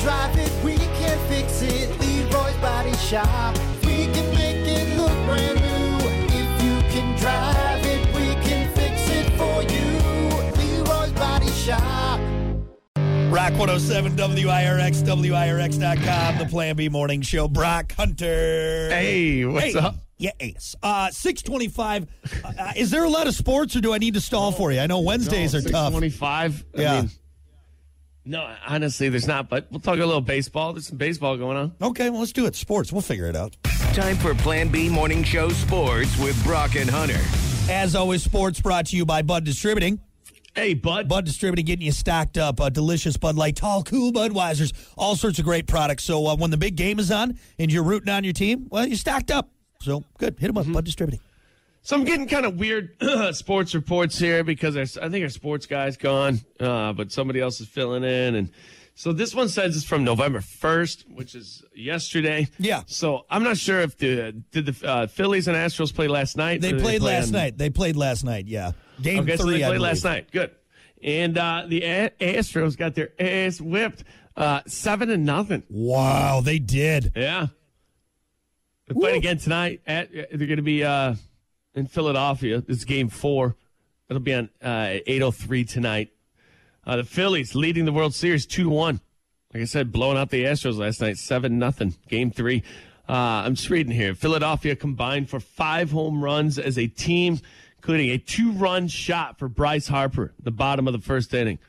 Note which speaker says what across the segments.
Speaker 1: drive it, we can fix it. Leroy's Body Shop. We can make it look brand new. If you can drive it, we can fix it for you. Leroy's Body Shop.
Speaker 2: Rock 107 WIRX, WIRX.com, the Plan B Morning Show. Brock Hunter.
Speaker 3: Hey, what's
Speaker 2: Hey.
Speaker 3: up?
Speaker 2: Yeah, ace. Uh, 625. Uh, uh, is there a lot of sports or do I need to stall for you? I know Wednesdays are tough.
Speaker 3: 25.
Speaker 2: Yeah.
Speaker 3: I mean, no, honestly, there's not, but we'll talk a little baseball. There's some baseball going on.
Speaker 2: Okay, well, let's do it. Sports. We'll figure it out.
Speaker 4: Time for Plan B Morning Show Sports with Brock and Hunter.
Speaker 2: As always, sports brought to you by Bud Distributing.
Speaker 3: Hey, bud.
Speaker 2: Bud Distributing getting you stocked up. Uh, delicious Bud Light, tall, cool Budweiser's, all sorts of great products. So uh, when the big game is on and you're rooting on your team, well, you're stocked up. So good. Hit them
Speaker 3: Mm-hmm.
Speaker 2: up, Bud Distributing.
Speaker 3: So I'm getting kind of weird sports reports here because our, I think our sports guy's gone, uh, but somebody else is filling in. And so this one says it's from November 1st, which is yesterday.
Speaker 2: Yeah.
Speaker 3: So I'm not sure if the did the uh, Phillies and Astros play last night.
Speaker 2: They
Speaker 3: Or did
Speaker 2: played
Speaker 3: play
Speaker 2: last
Speaker 3: on-
Speaker 2: night. They played last night, yeah. Game three,
Speaker 3: okay, so they
Speaker 2: I
Speaker 3: played
Speaker 2: believe.
Speaker 3: last night. Good. And uh, the A- Astros got their ass whipped, uh, seven to nothing.
Speaker 2: Wow, they did.
Speaker 3: Yeah. They played again tonight. At, they're going to be uh, in Philadelphia. It's game four. It'll be on uh, eight oh three tonight. Uh, the Phillies leading the World Series two to one. Like I said, blowing out the Astros last night, seven nothing. Game three. Uh, I'm just reading here. Philadelphia combined for five home runs as a team, including a two-run shot for Bryce Harper, the bottom of the first inning.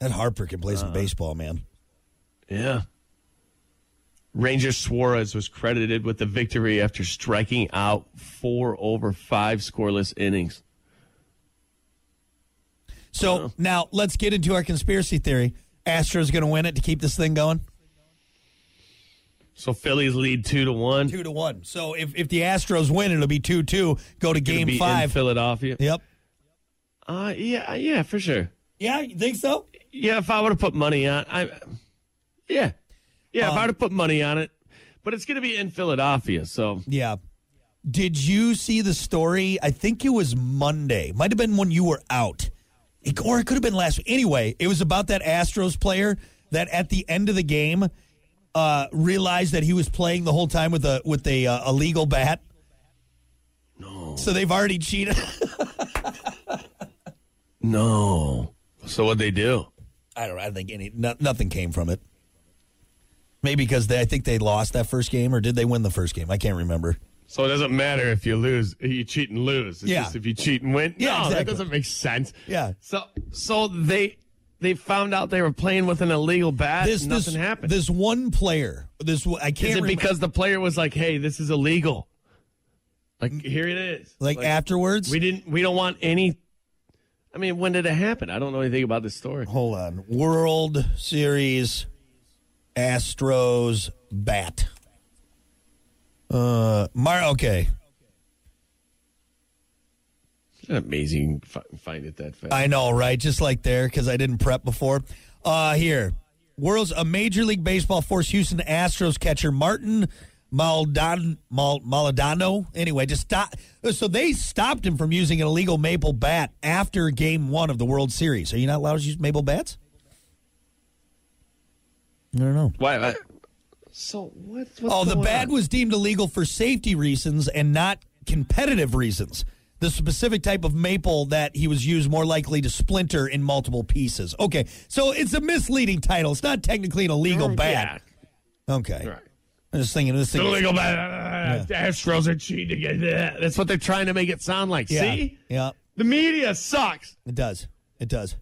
Speaker 2: That Harper can play
Speaker 3: Uh-huh.
Speaker 2: some baseball, man.
Speaker 3: Yeah. Ranger Suarez was credited with the victory after striking out four over five scoreless innings.
Speaker 2: So
Speaker 3: Uh-huh.
Speaker 2: now let's get into our conspiracy theory. Astros going to win it to keep this thing going?
Speaker 3: So Phillies lead two to one.
Speaker 2: Two to one. So if, if the Astros win, it'll be 2 2, go to
Speaker 3: Gonna
Speaker 2: game
Speaker 3: be in
Speaker 2: five.
Speaker 3: Philadelphia.
Speaker 2: Yep.
Speaker 3: Uh, yeah, yeah, for sure.
Speaker 2: Yeah, you think so?
Speaker 3: Yeah, if I would have put money on, I, yeah, yeah,
Speaker 2: Um,
Speaker 3: if I would have put money on it, but it's going to be in Philadelphia. So
Speaker 2: Yeah. Did you see the story? I think it was Monday. Might have been when you were out. It- or it could have been last week. Anyway, it was about that Astros player that at the end of the game uh, realized that he was playing the whole time with a with a uh, illegal bat. No. So they've already cheated.
Speaker 3: no. So what they do?
Speaker 2: I don't. I think any no, nothing came from it. Maybe because they, I think they lost that first game, or did they win the first game? I can't remember.
Speaker 3: So it doesn't matter if you lose, you cheat and lose. It's
Speaker 2: Yeah.
Speaker 3: just if you cheat and win.
Speaker 2: Yeah,
Speaker 3: no,
Speaker 2: exactly.
Speaker 3: that doesn't make sense.
Speaker 2: Yeah.
Speaker 3: So so they they found out they were playing with an illegal bat.
Speaker 2: This
Speaker 3: and nothing
Speaker 2: this
Speaker 3: happened.
Speaker 2: this one player. This one- I can't.
Speaker 3: Is it
Speaker 2: remember-
Speaker 3: because the player was like, "Hey, this is illegal." Like here it is.
Speaker 2: Mm. like, afterwards?
Speaker 3: we didn't we don't want any. I mean, when did it happen? I don't know anything about this story.
Speaker 2: Hold on. World Series Astros bat. Uh, Mar. Okay,
Speaker 3: It's amazing you can fi- find it that fast.
Speaker 2: I know, right? Just like there, because I didn't prep before. Uh, here, world's a Major League Baseball force Houston Astros catcher Martin Maldon, Mal, Maladano. Anyway, just stop. So they stopped him from using an illegal maple bat after Game One of the World Series. Are you not allowed to use maple bats? I don't know.
Speaker 3: Why? I, so what? what's
Speaker 2: Oh, the
Speaker 3: going
Speaker 2: bat
Speaker 3: on?
Speaker 2: was deemed illegal for safety reasons and not competitive reasons. The specific type of maple that he was used more likely to splinter in multiple pieces. Okay, so it's a misleading title. It's not technically an illegal bat. Okay,
Speaker 3: Yeah. Right.
Speaker 2: I'm just thinking this thing.
Speaker 3: The legal bat. Astros are cheating. again. That's what they're trying to make it sound like.
Speaker 2: yeah,
Speaker 3: See?
Speaker 2: yeah,
Speaker 3: The media sucks.
Speaker 2: it does. It does.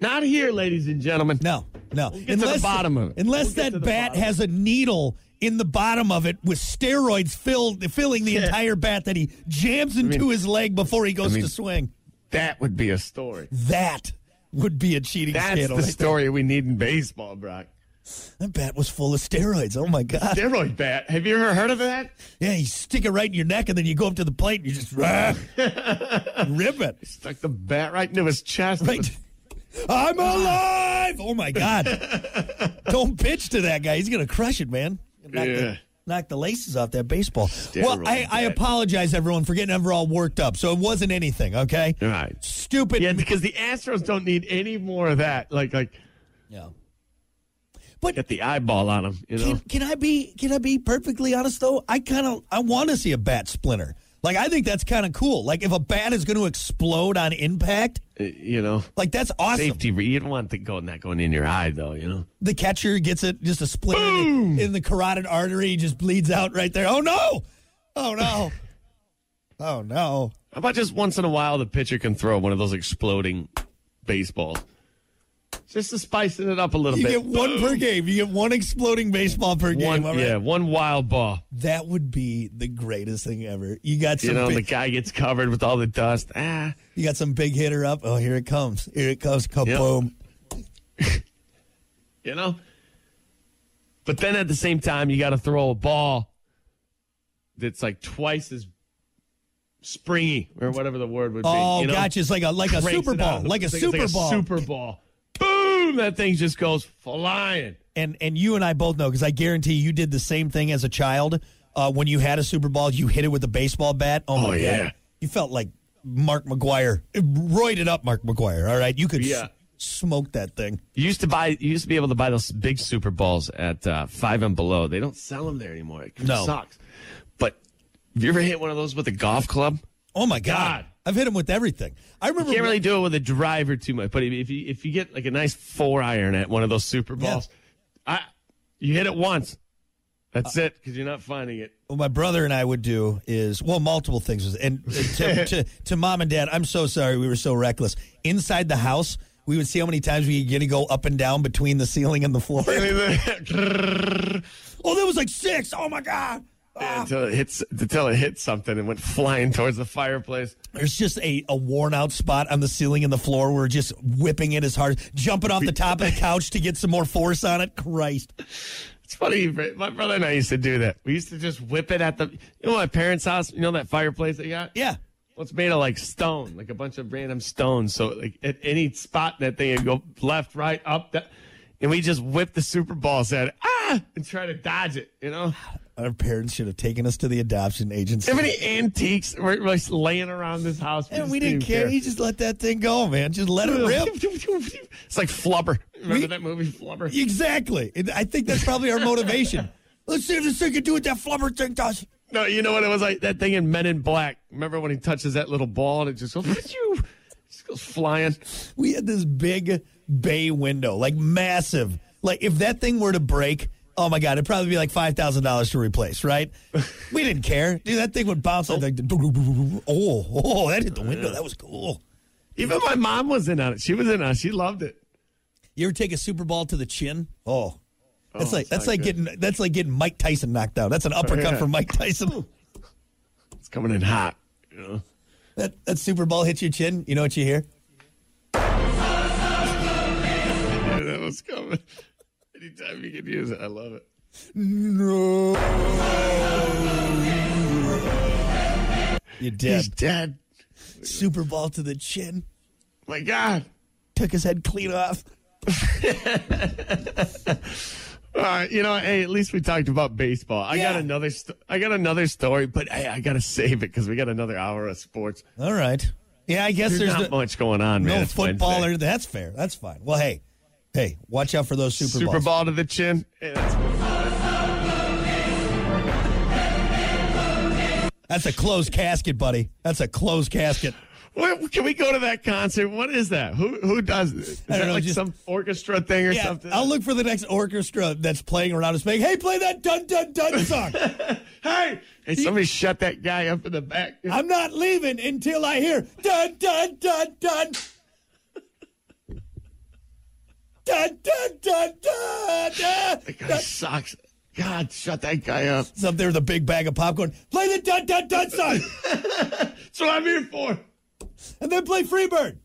Speaker 3: Not here, ladies and gentlemen.
Speaker 2: No, no.
Speaker 3: to the bottom of it.
Speaker 2: Unless
Speaker 3: We'll get to
Speaker 2: that
Speaker 3: the
Speaker 2: bat
Speaker 3: bottom.
Speaker 2: has a needle in the bottom of it with steroids filled filling the entire bat that he jams into his leg before he goes
Speaker 3: mean-
Speaker 2: to swing.
Speaker 3: That would be a story.
Speaker 2: That would be a cheating
Speaker 3: That's
Speaker 2: scandal.
Speaker 3: the
Speaker 2: right
Speaker 3: story we need in baseball, Brock.
Speaker 2: That bat was full of steroids. Oh my god!
Speaker 3: Steroid bat. Have you ever heard of that?
Speaker 2: Yeah, you stick it right in your neck, and then you go up to the plate and you just rah, rip it.
Speaker 3: Stuck the bat right into his chest.
Speaker 2: Right. I'm alive. Oh my god! Don't pitch to that guy. He's gonna crush it, man. Knock,
Speaker 3: Yeah.
Speaker 2: the, knock the laces off that baseball. well, I, I
Speaker 3: bat.
Speaker 2: apologize, everyone, for getting everyone all worked up. So it wasn't anything, okay?
Speaker 3: All right.
Speaker 2: Stupid.
Speaker 3: Yeah, because the Astros don't need any more of that. Like, like
Speaker 2: Yeah. But
Speaker 3: Get the eyeball on him, you know?
Speaker 2: Can, can I be can I be perfectly honest though? I kind of I want to see a bat splinter. Like I think that's kind of cool. Like if a bat is going to explode on impact,
Speaker 3: Uh, you know,
Speaker 2: like that's awesome.
Speaker 3: safety. re- You don't want the going that going in your eye though. You know.
Speaker 2: The catcher gets it just a splinter in, in the carotid artery, just bleeds out right there. Oh no! Oh no! oh no!
Speaker 3: How about just once in a while the pitcher can throw one of those exploding baseballs, just to spicing it up a little
Speaker 2: You
Speaker 3: bit.
Speaker 2: get one per game. You get one exploding baseball per
Speaker 3: One-
Speaker 2: game. all right?
Speaker 3: yeah, one wild ball.
Speaker 2: That would be the greatest thing ever. You got some
Speaker 3: You know,
Speaker 2: big,
Speaker 3: the guy gets covered with all the dust. Ah,
Speaker 2: you got some big hitter up. Oh, here it comes. Here it comes. Kaboom.
Speaker 3: you know. But then at the same time, you got to throw a ball that's like twice as springy or whatever the word would be.
Speaker 2: Oh,
Speaker 3: you know?
Speaker 2: gotcha. It's like a like a
Speaker 3: Cranks
Speaker 2: Super
Speaker 3: it out
Speaker 2: Bowl,
Speaker 3: of the-
Speaker 2: like a
Speaker 3: it's
Speaker 2: Super Bowl.
Speaker 3: Super Bowl. Boom! That thing just goes flying.
Speaker 2: and and you and I both know because I guarantee you did the same thing as a child uh, when you had a Super Bowl. You hit it with a baseball bat. Oh, my
Speaker 3: Oh, yeah.
Speaker 2: god, you felt like Mark McGuire, roided up Mark McGuire. All right, you could s-
Speaker 3: Yeah.
Speaker 2: smoke that thing.
Speaker 3: You used to buy. You used to be able to buy those big Super Bowls at uh, Five and Below. They don't sell them there anymore. It
Speaker 2: No.
Speaker 3: sucks. But have you ever hit one of those with a golf club?
Speaker 2: Oh my god,
Speaker 3: God.
Speaker 2: I've hit him with everything. I remember.
Speaker 3: You can't really do it with a driver too much. But if you if you get like a nice four iron at one of those Super
Speaker 2: Yeah.
Speaker 3: Bowls, I you hit it once. That's it, it because you're not finding it.
Speaker 2: what my brother and I would do is well, multiple things. was- And to, to, to mom and dad, I'm so sorry we were so reckless. Inside the house, we would see how many times we could get to go up and down between the ceiling and the floor. oh, that was like six. Oh my god. Ah.
Speaker 3: until it hits until it hit something and went flying towards the fireplace.
Speaker 2: There's just a, a worn out spot on the ceiling and the floor. We're just whipping it as hard, jumping off the top of the couch to get some more force on it. Christ.
Speaker 3: It's funny. My brother and I used to do that. We used to just whip it at the you know my parents' house. You know that fireplace they got.
Speaker 2: Yeah.
Speaker 3: Well, it's made of like stone, like a bunch of random stones. So like at any spot that thing would go left, right, up, that, and we just whip the Super Balls at it, ah, and try to dodge it. You know,
Speaker 2: Our parents should have taken us to the adoption agency.
Speaker 3: so many antiques were were just laying around this house.
Speaker 2: And
Speaker 3: just
Speaker 2: we didn't care. He just let that thing go, man. Just let it rip.
Speaker 3: It's like Flubber. Remember
Speaker 2: We-
Speaker 3: that movie Flubber?
Speaker 2: Exactly. And I think that's probably our motivation. Let's see if this thing can do what that flubber thing does.
Speaker 3: No, you know what it was like? That thing in Men in Black. Remember when he touches that little ball and it just goes, Phew! just goes flying?
Speaker 2: We had this big bay window, like massive. Like if that thing were to break, oh my god, it'd probably be like five thousand dollars to replace, right? we didn't care, dude. That thing would bounce. Like, the- oh, oh, that hit the window. That was cool.
Speaker 3: Even my mom was in on it. She was in on it. She loved it.
Speaker 2: You ever take a super ball to the chin? Oh, that's
Speaker 3: Oh,
Speaker 2: like
Speaker 3: it's
Speaker 2: that's
Speaker 3: not
Speaker 2: like
Speaker 3: good. Oh,
Speaker 2: getting that's like getting Mike Tyson knocked out. That's an uppercut
Speaker 3: yeah.
Speaker 2: for Mike Tyson.
Speaker 3: It's coming in hot. You know?
Speaker 2: That that super ball hits your chin. You know what you hear?
Speaker 3: Yeah, that was coming. Anytime you can use it, I love it.
Speaker 2: No. You
Speaker 3: He's
Speaker 2: did.
Speaker 3: dead.
Speaker 2: Super ball to the chin.
Speaker 3: My God.
Speaker 2: Took his head clean off.
Speaker 3: All right, you know, hey, at least we talked about baseball. I
Speaker 2: Yeah.
Speaker 3: got another, st- I got another story, but hey, I gotta save it because we got another hour of sports.
Speaker 2: All right. Yeah, I guess
Speaker 3: There's,
Speaker 2: there's
Speaker 3: not
Speaker 2: no,
Speaker 3: much going on,
Speaker 2: no
Speaker 3: man. It's
Speaker 2: football
Speaker 3: Wednesday.
Speaker 2: or that's fair. That's fine. Well, hey, hey, watch out for those Super,
Speaker 3: Super
Speaker 2: Bowls.
Speaker 3: Bowl to the chin. Hey, that's
Speaker 2: That's a closed casket, buddy. That's a closed casket.
Speaker 3: What, can we go to that concert? What is that? Who who does it? Is
Speaker 2: don't
Speaker 3: that
Speaker 2: know,
Speaker 3: like
Speaker 2: just-
Speaker 3: some orchestra thing or
Speaker 2: Yeah,
Speaker 3: something?
Speaker 2: I'll look for the next orchestra that's playing around us. Make hey, play that dun dun dun song.
Speaker 3: hey, hey, somebody shut that guy up in the back.
Speaker 2: I'm not leaving until I hear dun dun dun dun. Dun, dun, dun, dun, dun,
Speaker 3: That guy
Speaker 2: dun.
Speaker 3: sucks. God, shut that guy up.
Speaker 2: It's up there with a big bag of popcorn. Play the dun dun dun song,
Speaker 3: That's what I'm here for.
Speaker 2: and then play Freebird.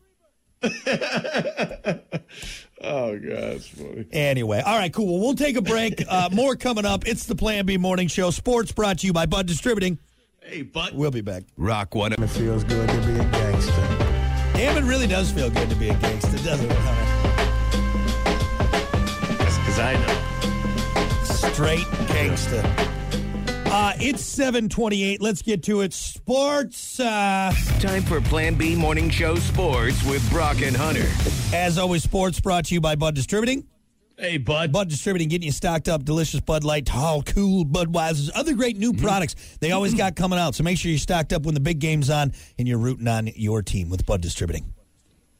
Speaker 3: Oh God, that's funny.
Speaker 2: Anyway, all right, cool. Well, we'll take a break. Uh, more coming up. It's the Plan B Morning Show. Sports brought to you by Bud Distributing.
Speaker 3: Hey, but
Speaker 2: We'll be back.
Speaker 4: Rock one.
Speaker 1: It feels good to be a gangster.
Speaker 2: Damn, it really does feel good to be a gangster, doesn't it? honey?
Speaker 3: because I know.
Speaker 2: Straight gangster. Uh, it's 728. Let's get to it. Sports. Uh...
Speaker 4: Time for Plan B Morning Show Sports with Brock and Hunter.
Speaker 2: As always, sports brought to you by Bud Distributing.
Speaker 3: Hey, bud.
Speaker 2: Bud Distributing getting you stocked up. Delicious Bud Light, tall, cool Budweiser's, other great new products they always got coming out. So make sure you're stocked up when the big game's on and you're rooting on your team with Bud Distributing.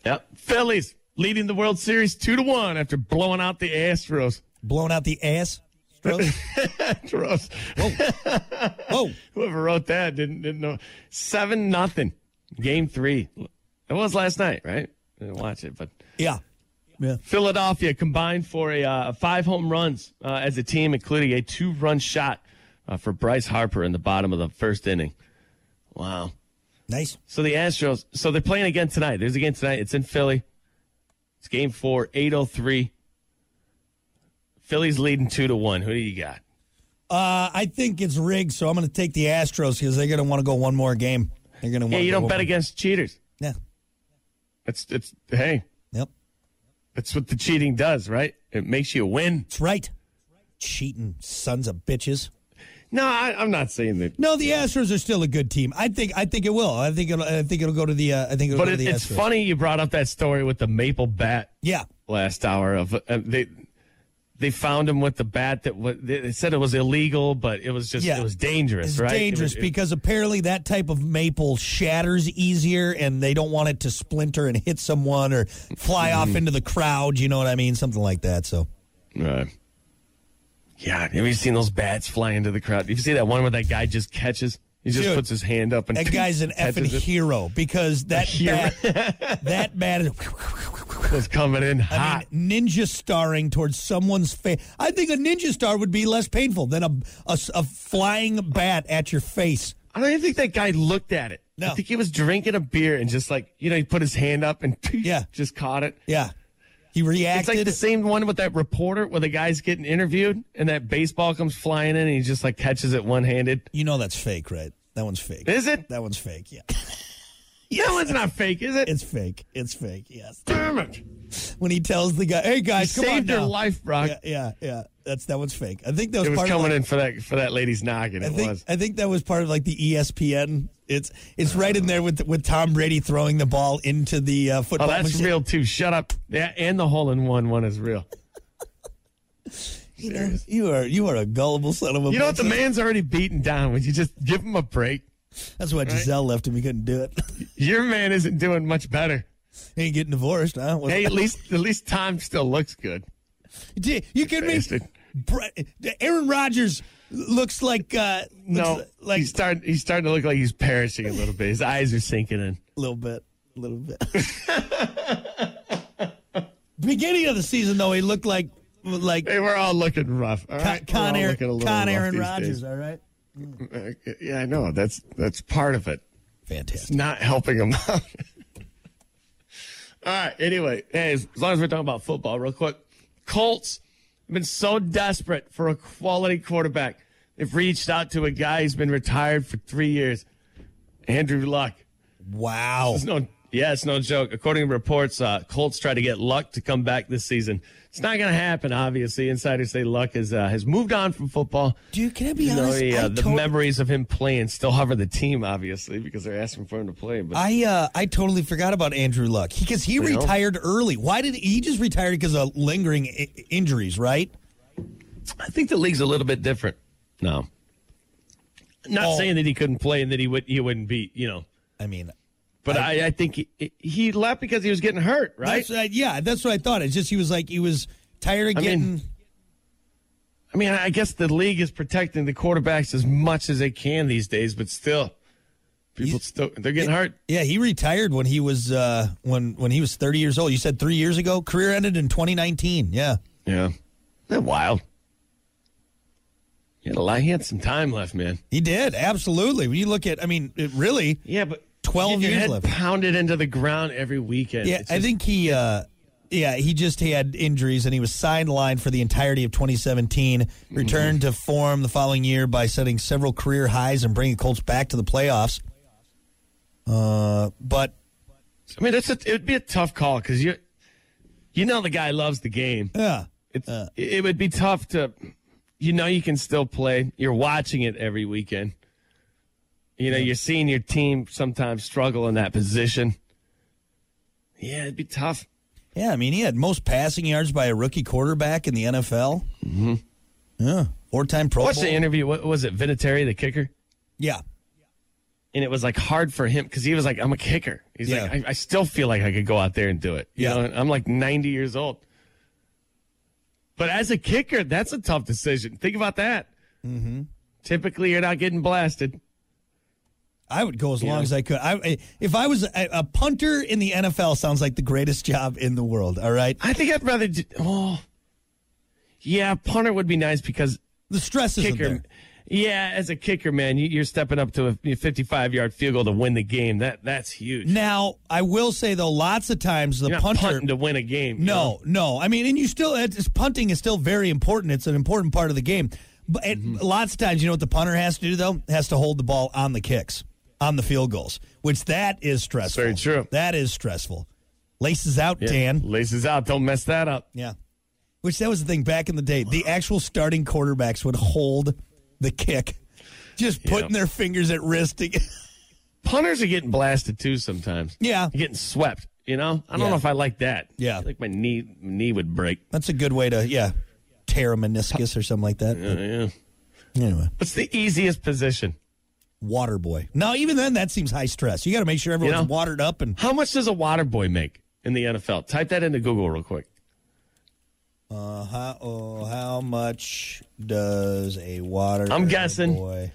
Speaker 3: Yep. Phillies leading the World Series two to one after blowing out the Astros.
Speaker 2: Blowing out the ass. Stros.
Speaker 3: Astros.
Speaker 2: Whoa.
Speaker 3: Whoever wrote that didn't didn't know. Seven nothing. Game three. That was last night, right? I didn't watch it, but
Speaker 2: Yeah. Yeah.
Speaker 3: Philadelphia combined for a uh, five home runs uh, as a team, including a two run shot uh, for Bryce Harper in the bottom of the first inning. Wow.
Speaker 2: Nice.
Speaker 3: So the Astros, so they're playing again tonight. There's a game tonight. It's in Philly. It's game four, 803. Philly's leading two to one. Who do you got?
Speaker 2: Uh, I think it's rigged, so I'm going to take the Astros because they're going to want to go one more game. They're going to want.
Speaker 3: Yeah, you
Speaker 2: go
Speaker 3: don't bet
Speaker 2: one-
Speaker 3: against cheaters.
Speaker 2: Yeah.
Speaker 3: It's it's hey,
Speaker 2: Yep.
Speaker 3: that's what the cheating does, right? It makes you win.
Speaker 2: That's right. Cheating sons of bitches.
Speaker 3: No, I, I'm not saying that,
Speaker 2: No, the Astros are still a good team. I think. I think it will. I think. It'll, I think it'll go to the. Uh, I think it'll
Speaker 3: but
Speaker 2: go
Speaker 3: it,
Speaker 2: to the
Speaker 3: it's
Speaker 2: Astros.
Speaker 3: funny you brought up that story with the maple bat.
Speaker 2: Yeah.
Speaker 3: last hour of uh, they they found him with the bat that was they said it was illegal but it was just
Speaker 2: Yeah.
Speaker 3: it was dangerous
Speaker 2: It's
Speaker 3: right It
Speaker 2: dangerous
Speaker 3: was- it-
Speaker 2: because apparently that type of maple shatters easier, and they don't want it to splinter and hit someone or fly off into the crowd. You know what I mean? Something like that. So
Speaker 3: Right. yeah have you seen those bats fly into the crowd you see that one where that guy just catches he just
Speaker 2: Dude,
Speaker 3: puts his hand up and
Speaker 2: that guy's an effing
Speaker 3: catches it.
Speaker 2: hero because that
Speaker 3: hero.
Speaker 2: bat, that bat is.
Speaker 3: was coming in hot
Speaker 2: I mean, ninja starring towards someone's face. I think a ninja star would be less painful than a, a, a flying bat at your face.
Speaker 3: I don't even think that guy looked at it
Speaker 2: No.
Speaker 3: I think he was drinking a beer and just like you know he put his hand up and
Speaker 2: Yeah.
Speaker 3: just caught it
Speaker 2: Yeah. He
Speaker 3: It's
Speaker 2: reacted.
Speaker 3: like the same one with that reporter where the guy's getting interviewed and that baseball comes flying in and he just like catches it one handed.
Speaker 2: you know that's fake, right? That one's fake.
Speaker 3: Is it?
Speaker 2: That one's fake, yeah.
Speaker 3: That one's not fake, is it?
Speaker 2: It's fake. It's fake, yes.
Speaker 3: Damn it.
Speaker 2: When he tells the guy, hey,
Speaker 3: You
Speaker 2: guys, come on
Speaker 3: saved your
Speaker 2: now."
Speaker 3: life, Brock.
Speaker 2: Yeah, yeah, yeah. That's, that one's fake. I think that was,
Speaker 3: It was
Speaker 2: part
Speaker 3: coming
Speaker 2: of like,
Speaker 3: in for that for that lady's noggin.
Speaker 2: I
Speaker 3: It
Speaker 2: think
Speaker 3: was.
Speaker 2: I think that was part of like the E ESPN. It's it's right in there with with Tom Brady throwing the ball into the uh,
Speaker 3: Oh,
Speaker 2: football.
Speaker 3: that's
Speaker 2: machine.
Speaker 3: real too. Shut up. Yeah, and the hole in one one is real.
Speaker 2: You, know, you are you are a gullible son of a.
Speaker 3: You know what?
Speaker 2: bitch.
Speaker 3: The man's already beaten down. Would you just give him a break?
Speaker 2: That's why Giselle left him. He couldn't do it.
Speaker 3: Your man isn't doing much better.
Speaker 2: he ain't getting divorced. Huh? What's-
Speaker 3: Hey, at least at least Tom still looks good.
Speaker 2: Gee, you kidding me?
Speaker 3: Bastard.
Speaker 2: Br- Aaron Rodgers looks like uh, looks
Speaker 3: No,
Speaker 2: like
Speaker 3: he's starting he's starting to look like he's perishing a little bit. His eyes are sinking in.
Speaker 2: a little bit, a little bit. Beginning of the season though, he looked like like
Speaker 3: Hey, we're all looking rough. All
Speaker 2: Con,
Speaker 3: right? We're
Speaker 2: Con,
Speaker 3: all
Speaker 2: Air,
Speaker 3: looking a little
Speaker 2: Con
Speaker 3: rough
Speaker 2: Aaron
Speaker 3: these
Speaker 2: Rodgers. All right,
Speaker 3: days. Yeah, I know. That's that's part of it.
Speaker 2: fantastic.
Speaker 3: Not helping him out. all right. Anyway, hey, as, as long as we're talking about football, real quick, Colts have been so desperate for a quality quarterback. They've reached out to a guy who's been retired for three years, Andrew Luck.
Speaker 2: Wow.
Speaker 3: It's no, yeah, it's no joke. According to reports, uh, Colts try to get Luck to come back this season. It's not going to happen, obviously. Insiders say Luck has uh, has moved on from football.
Speaker 2: Dude, can I be
Speaker 3: You know,
Speaker 2: honest?
Speaker 3: he, uh,
Speaker 2: I
Speaker 3: the
Speaker 2: tot-
Speaker 3: memories of him playing still hover the team, obviously, because they're asking for him to play. But
Speaker 2: I uh, I totally forgot about Andrew Luck because he,
Speaker 3: Well.
Speaker 2: retired early. Why did he just retired because of lingering I- injuries? Right?
Speaker 3: I think the league's a little bit different. No, not
Speaker 2: Oh.
Speaker 3: saying that he couldn't play and that he would he wouldn't be, you know.
Speaker 2: I mean,
Speaker 3: But I, I, think he, he left because he was getting hurt, right?
Speaker 2: That's, uh, yeah, that's what I thought. It's just he was like he was tired of
Speaker 3: I
Speaker 2: getting.
Speaker 3: mean- I mean, I guess the league is protecting the quarterbacks as much as they can these days, but still, people still they're getting hurt.
Speaker 2: yeah, he retired when he was uh, when when he was thirty years old. You said three years ago. Career ended in twenty nineteen. Yeah,
Speaker 3: Yeah, they're wild. He had a lot. He had some time left, man.
Speaker 2: he did absolutely. When you look at, I mean, it really.
Speaker 3: Yeah, but
Speaker 2: 12
Speaker 3: your
Speaker 2: years
Speaker 3: head
Speaker 2: left.
Speaker 3: Pounded into the ground every weekend.
Speaker 2: Yeah,
Speaker 3: It's
Speaker 2: I
Speaker 3: just-
Speaker 2: think he. Uh, yeah, he just had injuries and he was sidelined for the entirety of 2017.
Speaker 3: Mm-hmm.
Speaker 2: Returned to form the following year by setting several career highs and bringing Colts back to the playoffs. Uh, but
Speaker 3: I mean, that's a, it would be a tough call because you, you know, the guy loves the game.
Speaker 2: yeah,
Speaker 3: It's,
Speaker 2: Uh.
Speaker 3: it would be tough to, you know, you can still play. You're watching it every weekend. You know, you're seeing your team sometimes struggle in that position. Yeah, it'd be tough.
Speaker 2: Yeah, I mean, he had most passing yards by a rookie quarterback in the NFL. Mm-hmm. Yeah, four-time Pro
Speaker 3: What's
Speaker 2: Bowl.
Speaker 3: the interview? What was it? Vinatieri, the kicker,
Speaker 2: yeah,
Speaker 3: and it was like hard for him because he was like, "I'm a kicker." He's
Speaker 2: Yeah.
Speaker 3: like, I, "I still feel like I could go out there and do it." You
Speaker 2: Yeah.
Speaker 3: know, and I'm like 90 years old, but as a kicker, that's a tough decision. Think about that. Mm-hmm. Typically, you're not getting blasted.
Speaker 2: I would go as long
Speaker 3: Yeah.
Speaker 2: as I could. I, if I was a, a punter in the NFL, sounds like the greatest job in the world. All right,
Speaker 3: I think I'd rather. Do, oh, yeah, punter would be nice because
Speaker 2: the stress isn't
Speaker 3: kicker.
Speaker 2: there.
Speaker 3: Yeah, as a kicker, man, you, you're stepping up to a 55 yard field goal to win the game. That that's huge.
Speaker 2: Now, I will say though, lots of times the
Speaker 3: you're not
Speaker 2: punter.
Speaker 3: punting to win a game. you know?
Speaker 2: No, no. I mean, and you still it's, punting is still very important. It's an important part of the game. But it,
Speaker 3: Mm-hmm.
Speaker 2: lots of times, you know what the punter has to do though? Has to hold the ball on the kicks, on the field goals, which that is stressful.
Speaker 3: very true.
Speaker 2: That is stressful. Laces out,
Speaker 3: Yeah,
Speaker 2: Dan.
Speaker 3: laces out. Don't mess that up.
Speaker 2: Yeah. Which that was the thing back in the day. The actual starting quarterbacks would hold the kick, just putting their fingers at wrist. To,
Speaker 3: Punters are getting blasted too sometimes.
Speaker 2: Yeah.
Speaker 3: You're getting swept. You know, I don't
Speaker 2: Yeah.
Speaker 3: know if I like that.
Speaker 2: Yeah.
Speaker 3: I think my knee knee would break.
Speaker 2: that's a good way to yeah, tear a meniscus or something like that.
Speaker 3: Uh, yeah.
Speaker 2: Anyway.
Speaker 3: What's the easiest position?
Speaker 2: water boy. Now, even then, that seems high stress. You got to make sure everyone's
Speaker 3: You know?
Speaker 2: watered up and
Speaker 3: How much does a water boy make in the NFL? Type that into Google real quick.
Speaker 2: uh, how, oh, how much does a water
Speaker 3: I'm guessing.
Speaker 2: boy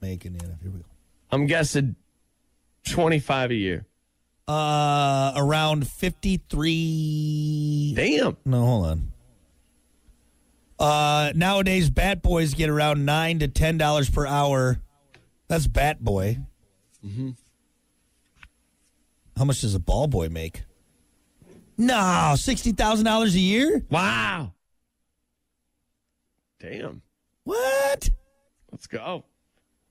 Speaker 2: make in the NFL? Here we go.
Speaker 3: I'm guessing twenty five a year.
Speaker 2: Uh, around 53.
Speaker 3: Damn.
Speaker 2: No, hold on. Uh, nowadays, bat boys get around 9 to $10 per hour. That's bat boy. Mm-hmm. How much does a ball boy make? No, $60,000 a year?
Speaker 3: Wow. Damn.
Speaker 2: What?
Speaker 3: Let's go.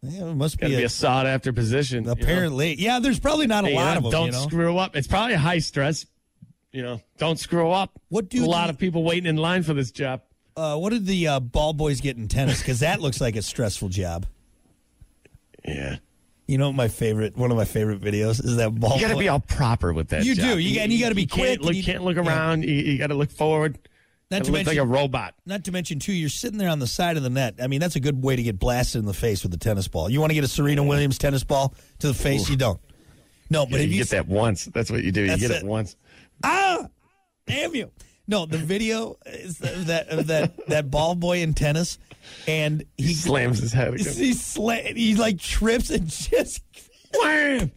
Speaker 2: Yeah, it must
Speaker 3: Gotta
Speaker 2: be,
Speaker 3: be
Speaker 2: a,
Speaker 3: a sought after position. you know?
Speaker 2: apparently. Yeah, there's probably not a
Speaker 3: Hey, you
Speaker 2: lot
Speaker 3: know,
Speaker 2: of them.
Speaker 3: Don't
Speaker 2: you know?
Speaker 3: screw up. It's probably high stress. You know, don't screw up.
Speaker 2: What do
Speaker 3: a lot
Speaker 2: the-
Speaker 3: of people waiting in line for this job?
Speaker 2: uh, what did the uh, ball boys get in tennis? Because that looks like a stressful job.
Speaker 3: Yeah.
Speaker 2: You know, what my favorite one of my favorite videos is that ball.
Speaker 3: You got to
Speaker 2: boy-
Speaker 3: be all proper with that.
Speaker 2: You
Speaker 3: job.
Speaker 2: do. You got- and you gotta be
Speaker 3: can't
Speaker 2: quick and
Speaker 3: Look,
Speaker 2: you-
Speaker 3: can't look
Speaker 2: yeah.
Speaker 3: around. You, got to look forward.
Speaker 2: Not
Speaker 3: Gotta
Speaker 2: to
Speaker 3: look
Speaker 2: mention-
Speaker 3: like a robot.
Speaker 2: Not to mention, too, you're sitting there on the side of the net. I mean, that's a good way to get blasted in the face with a tennis ball. You want to get a Serena Williams tennis ball to the face? You don't. No, but
Speaker 3: You,
Speaker 2: if you,
Speaker 3: get that once. That's what you do. You
Speaker 2: That's
Speaker 3: get
Speaker 2: it.
Speaker 3: it once.
Speaker 2: ah, damn you. No, the video is of that of that that ball boy in tennis, and
Speaker 3: He
Speaker 2: he
Speaker 3: slams his head. against-
Speaker 2: he sla- he like trips and just
Speaker 3: Wham!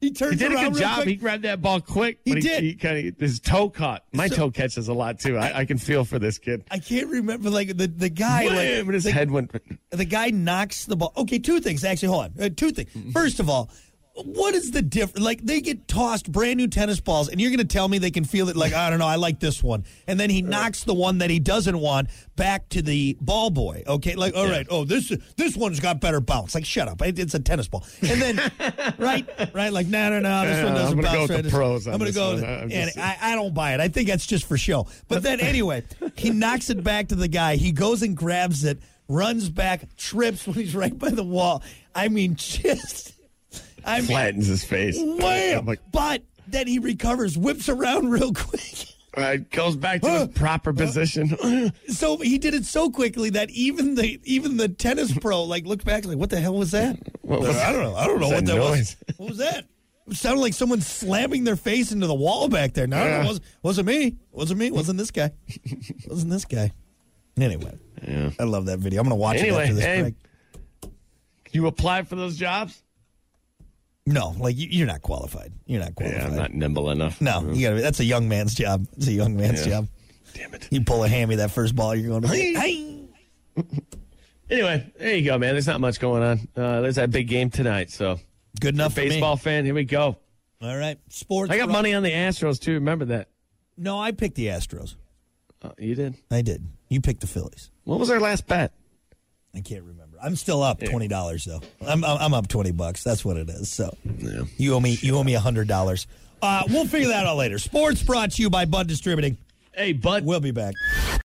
Speaker 2: he turns
Speaker 3: He did a
Speaker 2: around
Speaker 3: good
Speaker 2: real
Speaker 3: job.
Speaker 2: quick.
Speaker 3: He grabbed that ball quick.
Speaker 2: He
Speaker 3: but
Speaker 2: did.
Speaker 3: He, kind of his toe caught. My toe catches a lot too. I, I can feel for this kid.
Speaker 2: I can't remember like the the guy
Speaker 3: Wham!
Speaker 2: like
Speaker 3: And his
Speaker 2: the,
Speaker 3: head went.
Speaker 2: the guy knocks the ball. Okay, two things actually. Hold on, uh, two things. First of all. What is the difference? Like they get tossed brand new tennis balls, and you're going to tell me they can feel it? Like I don't know, I like this one, and then he knocks the one that he doesn't want back to the ball boy. Okay, like all right, oh this this one's got better bounce. Like shut up, It- it's a tennis ball. And then right, right, like no, no, no, this one
Speaker 3: Yeah,
Speaker 2: doesn't
Speaker 3: I'm gonna go
Speaker 2: bounce.
Speaker 3: with the
Speaker 2: right.
Speaker 3: pros on
Speaker 2: I'm going
Speaker 3: this
Speaker 2: to go.
Speaker 3: one.
Speaker 2: with-
Speaker 3: I'm
Speaker 2: and
Speaker 3: just-
Speaker 2: I, I don't buy it. I think that's just for show. But then anyway, he knocks it back to the guy. He goes and grabs it, runs back, trips when he's right by the wall. I mean, just I mean,
Speaker 3: flattens his face. I'm
Speaker 2: wham!
Speaker 3: like,
Speaker 2: but then he recovers, whips around real quick.
Speaker 3: uh, goes back to his proper position.
Speaker 2: So he did it so quickly that even the even the tennis pro like looked back like, what the hell was that?
Speaker 3: What was
Speaker 2: I don't know. I don't know
Speaker 3: was
Speaker 2: what
Speaker 3: that
Speaker 2: that
Speaker 3: noise?
Speaker 2: was. What was that? It sounded like someone slamming their face into the wall back there. No,
Speaker 3: Yeah.
Speaker 2: it wasn't, wasn't me. Wasn't me. Wasn't this guy. wasn't this guy. Anyway, I love that video. I'm gonna watch it
Speaker 3: Anyway,
Speaker 2: after this
Speaker 3: hey.
Speaker 2: break.
Speaker 3: you apply for those jobs?
Speaker 2: No, like you, you're not qualified. You're not qualified.
Speaker 3: nimble enough.
Speaker 2: no, you gotta. be- That's a young man's job. It's a young man's
Speaker 3: Mm-hmm. Yeah.
Speaker 2: job.
Speaker 3: Damn it.
Speaker 2: You pull a hammy that first ball, you're going to be.
Speaker 3: Anyway, there you go, man. There's not much going on. Uh, there's that big game tonight. So,
Speaker 2: Good enough for me.
Speaker 3: baseball fan, here we go.
Speaker 2: All right, sports.
Speaker 3: I got money on the Astros, too. Remember that.
Speaker 2: No, I picked the Astros.
Speaker 3: Uh, you did?
Speaker 2: I did. You picked the Phillies.
Speaker 3: What was our last bet?
Speaker 2: I can't remember. I'm still up twenty dollars though. I'm, I'm I'm up twenty bucks. That's what it is. So you owe me you owe me hundred dollars. Uh, we'll figure that out later. Sports brought to you by Bud Distributing.
Speaker 3: Hey, bud.
Speaker 2: We'll be back.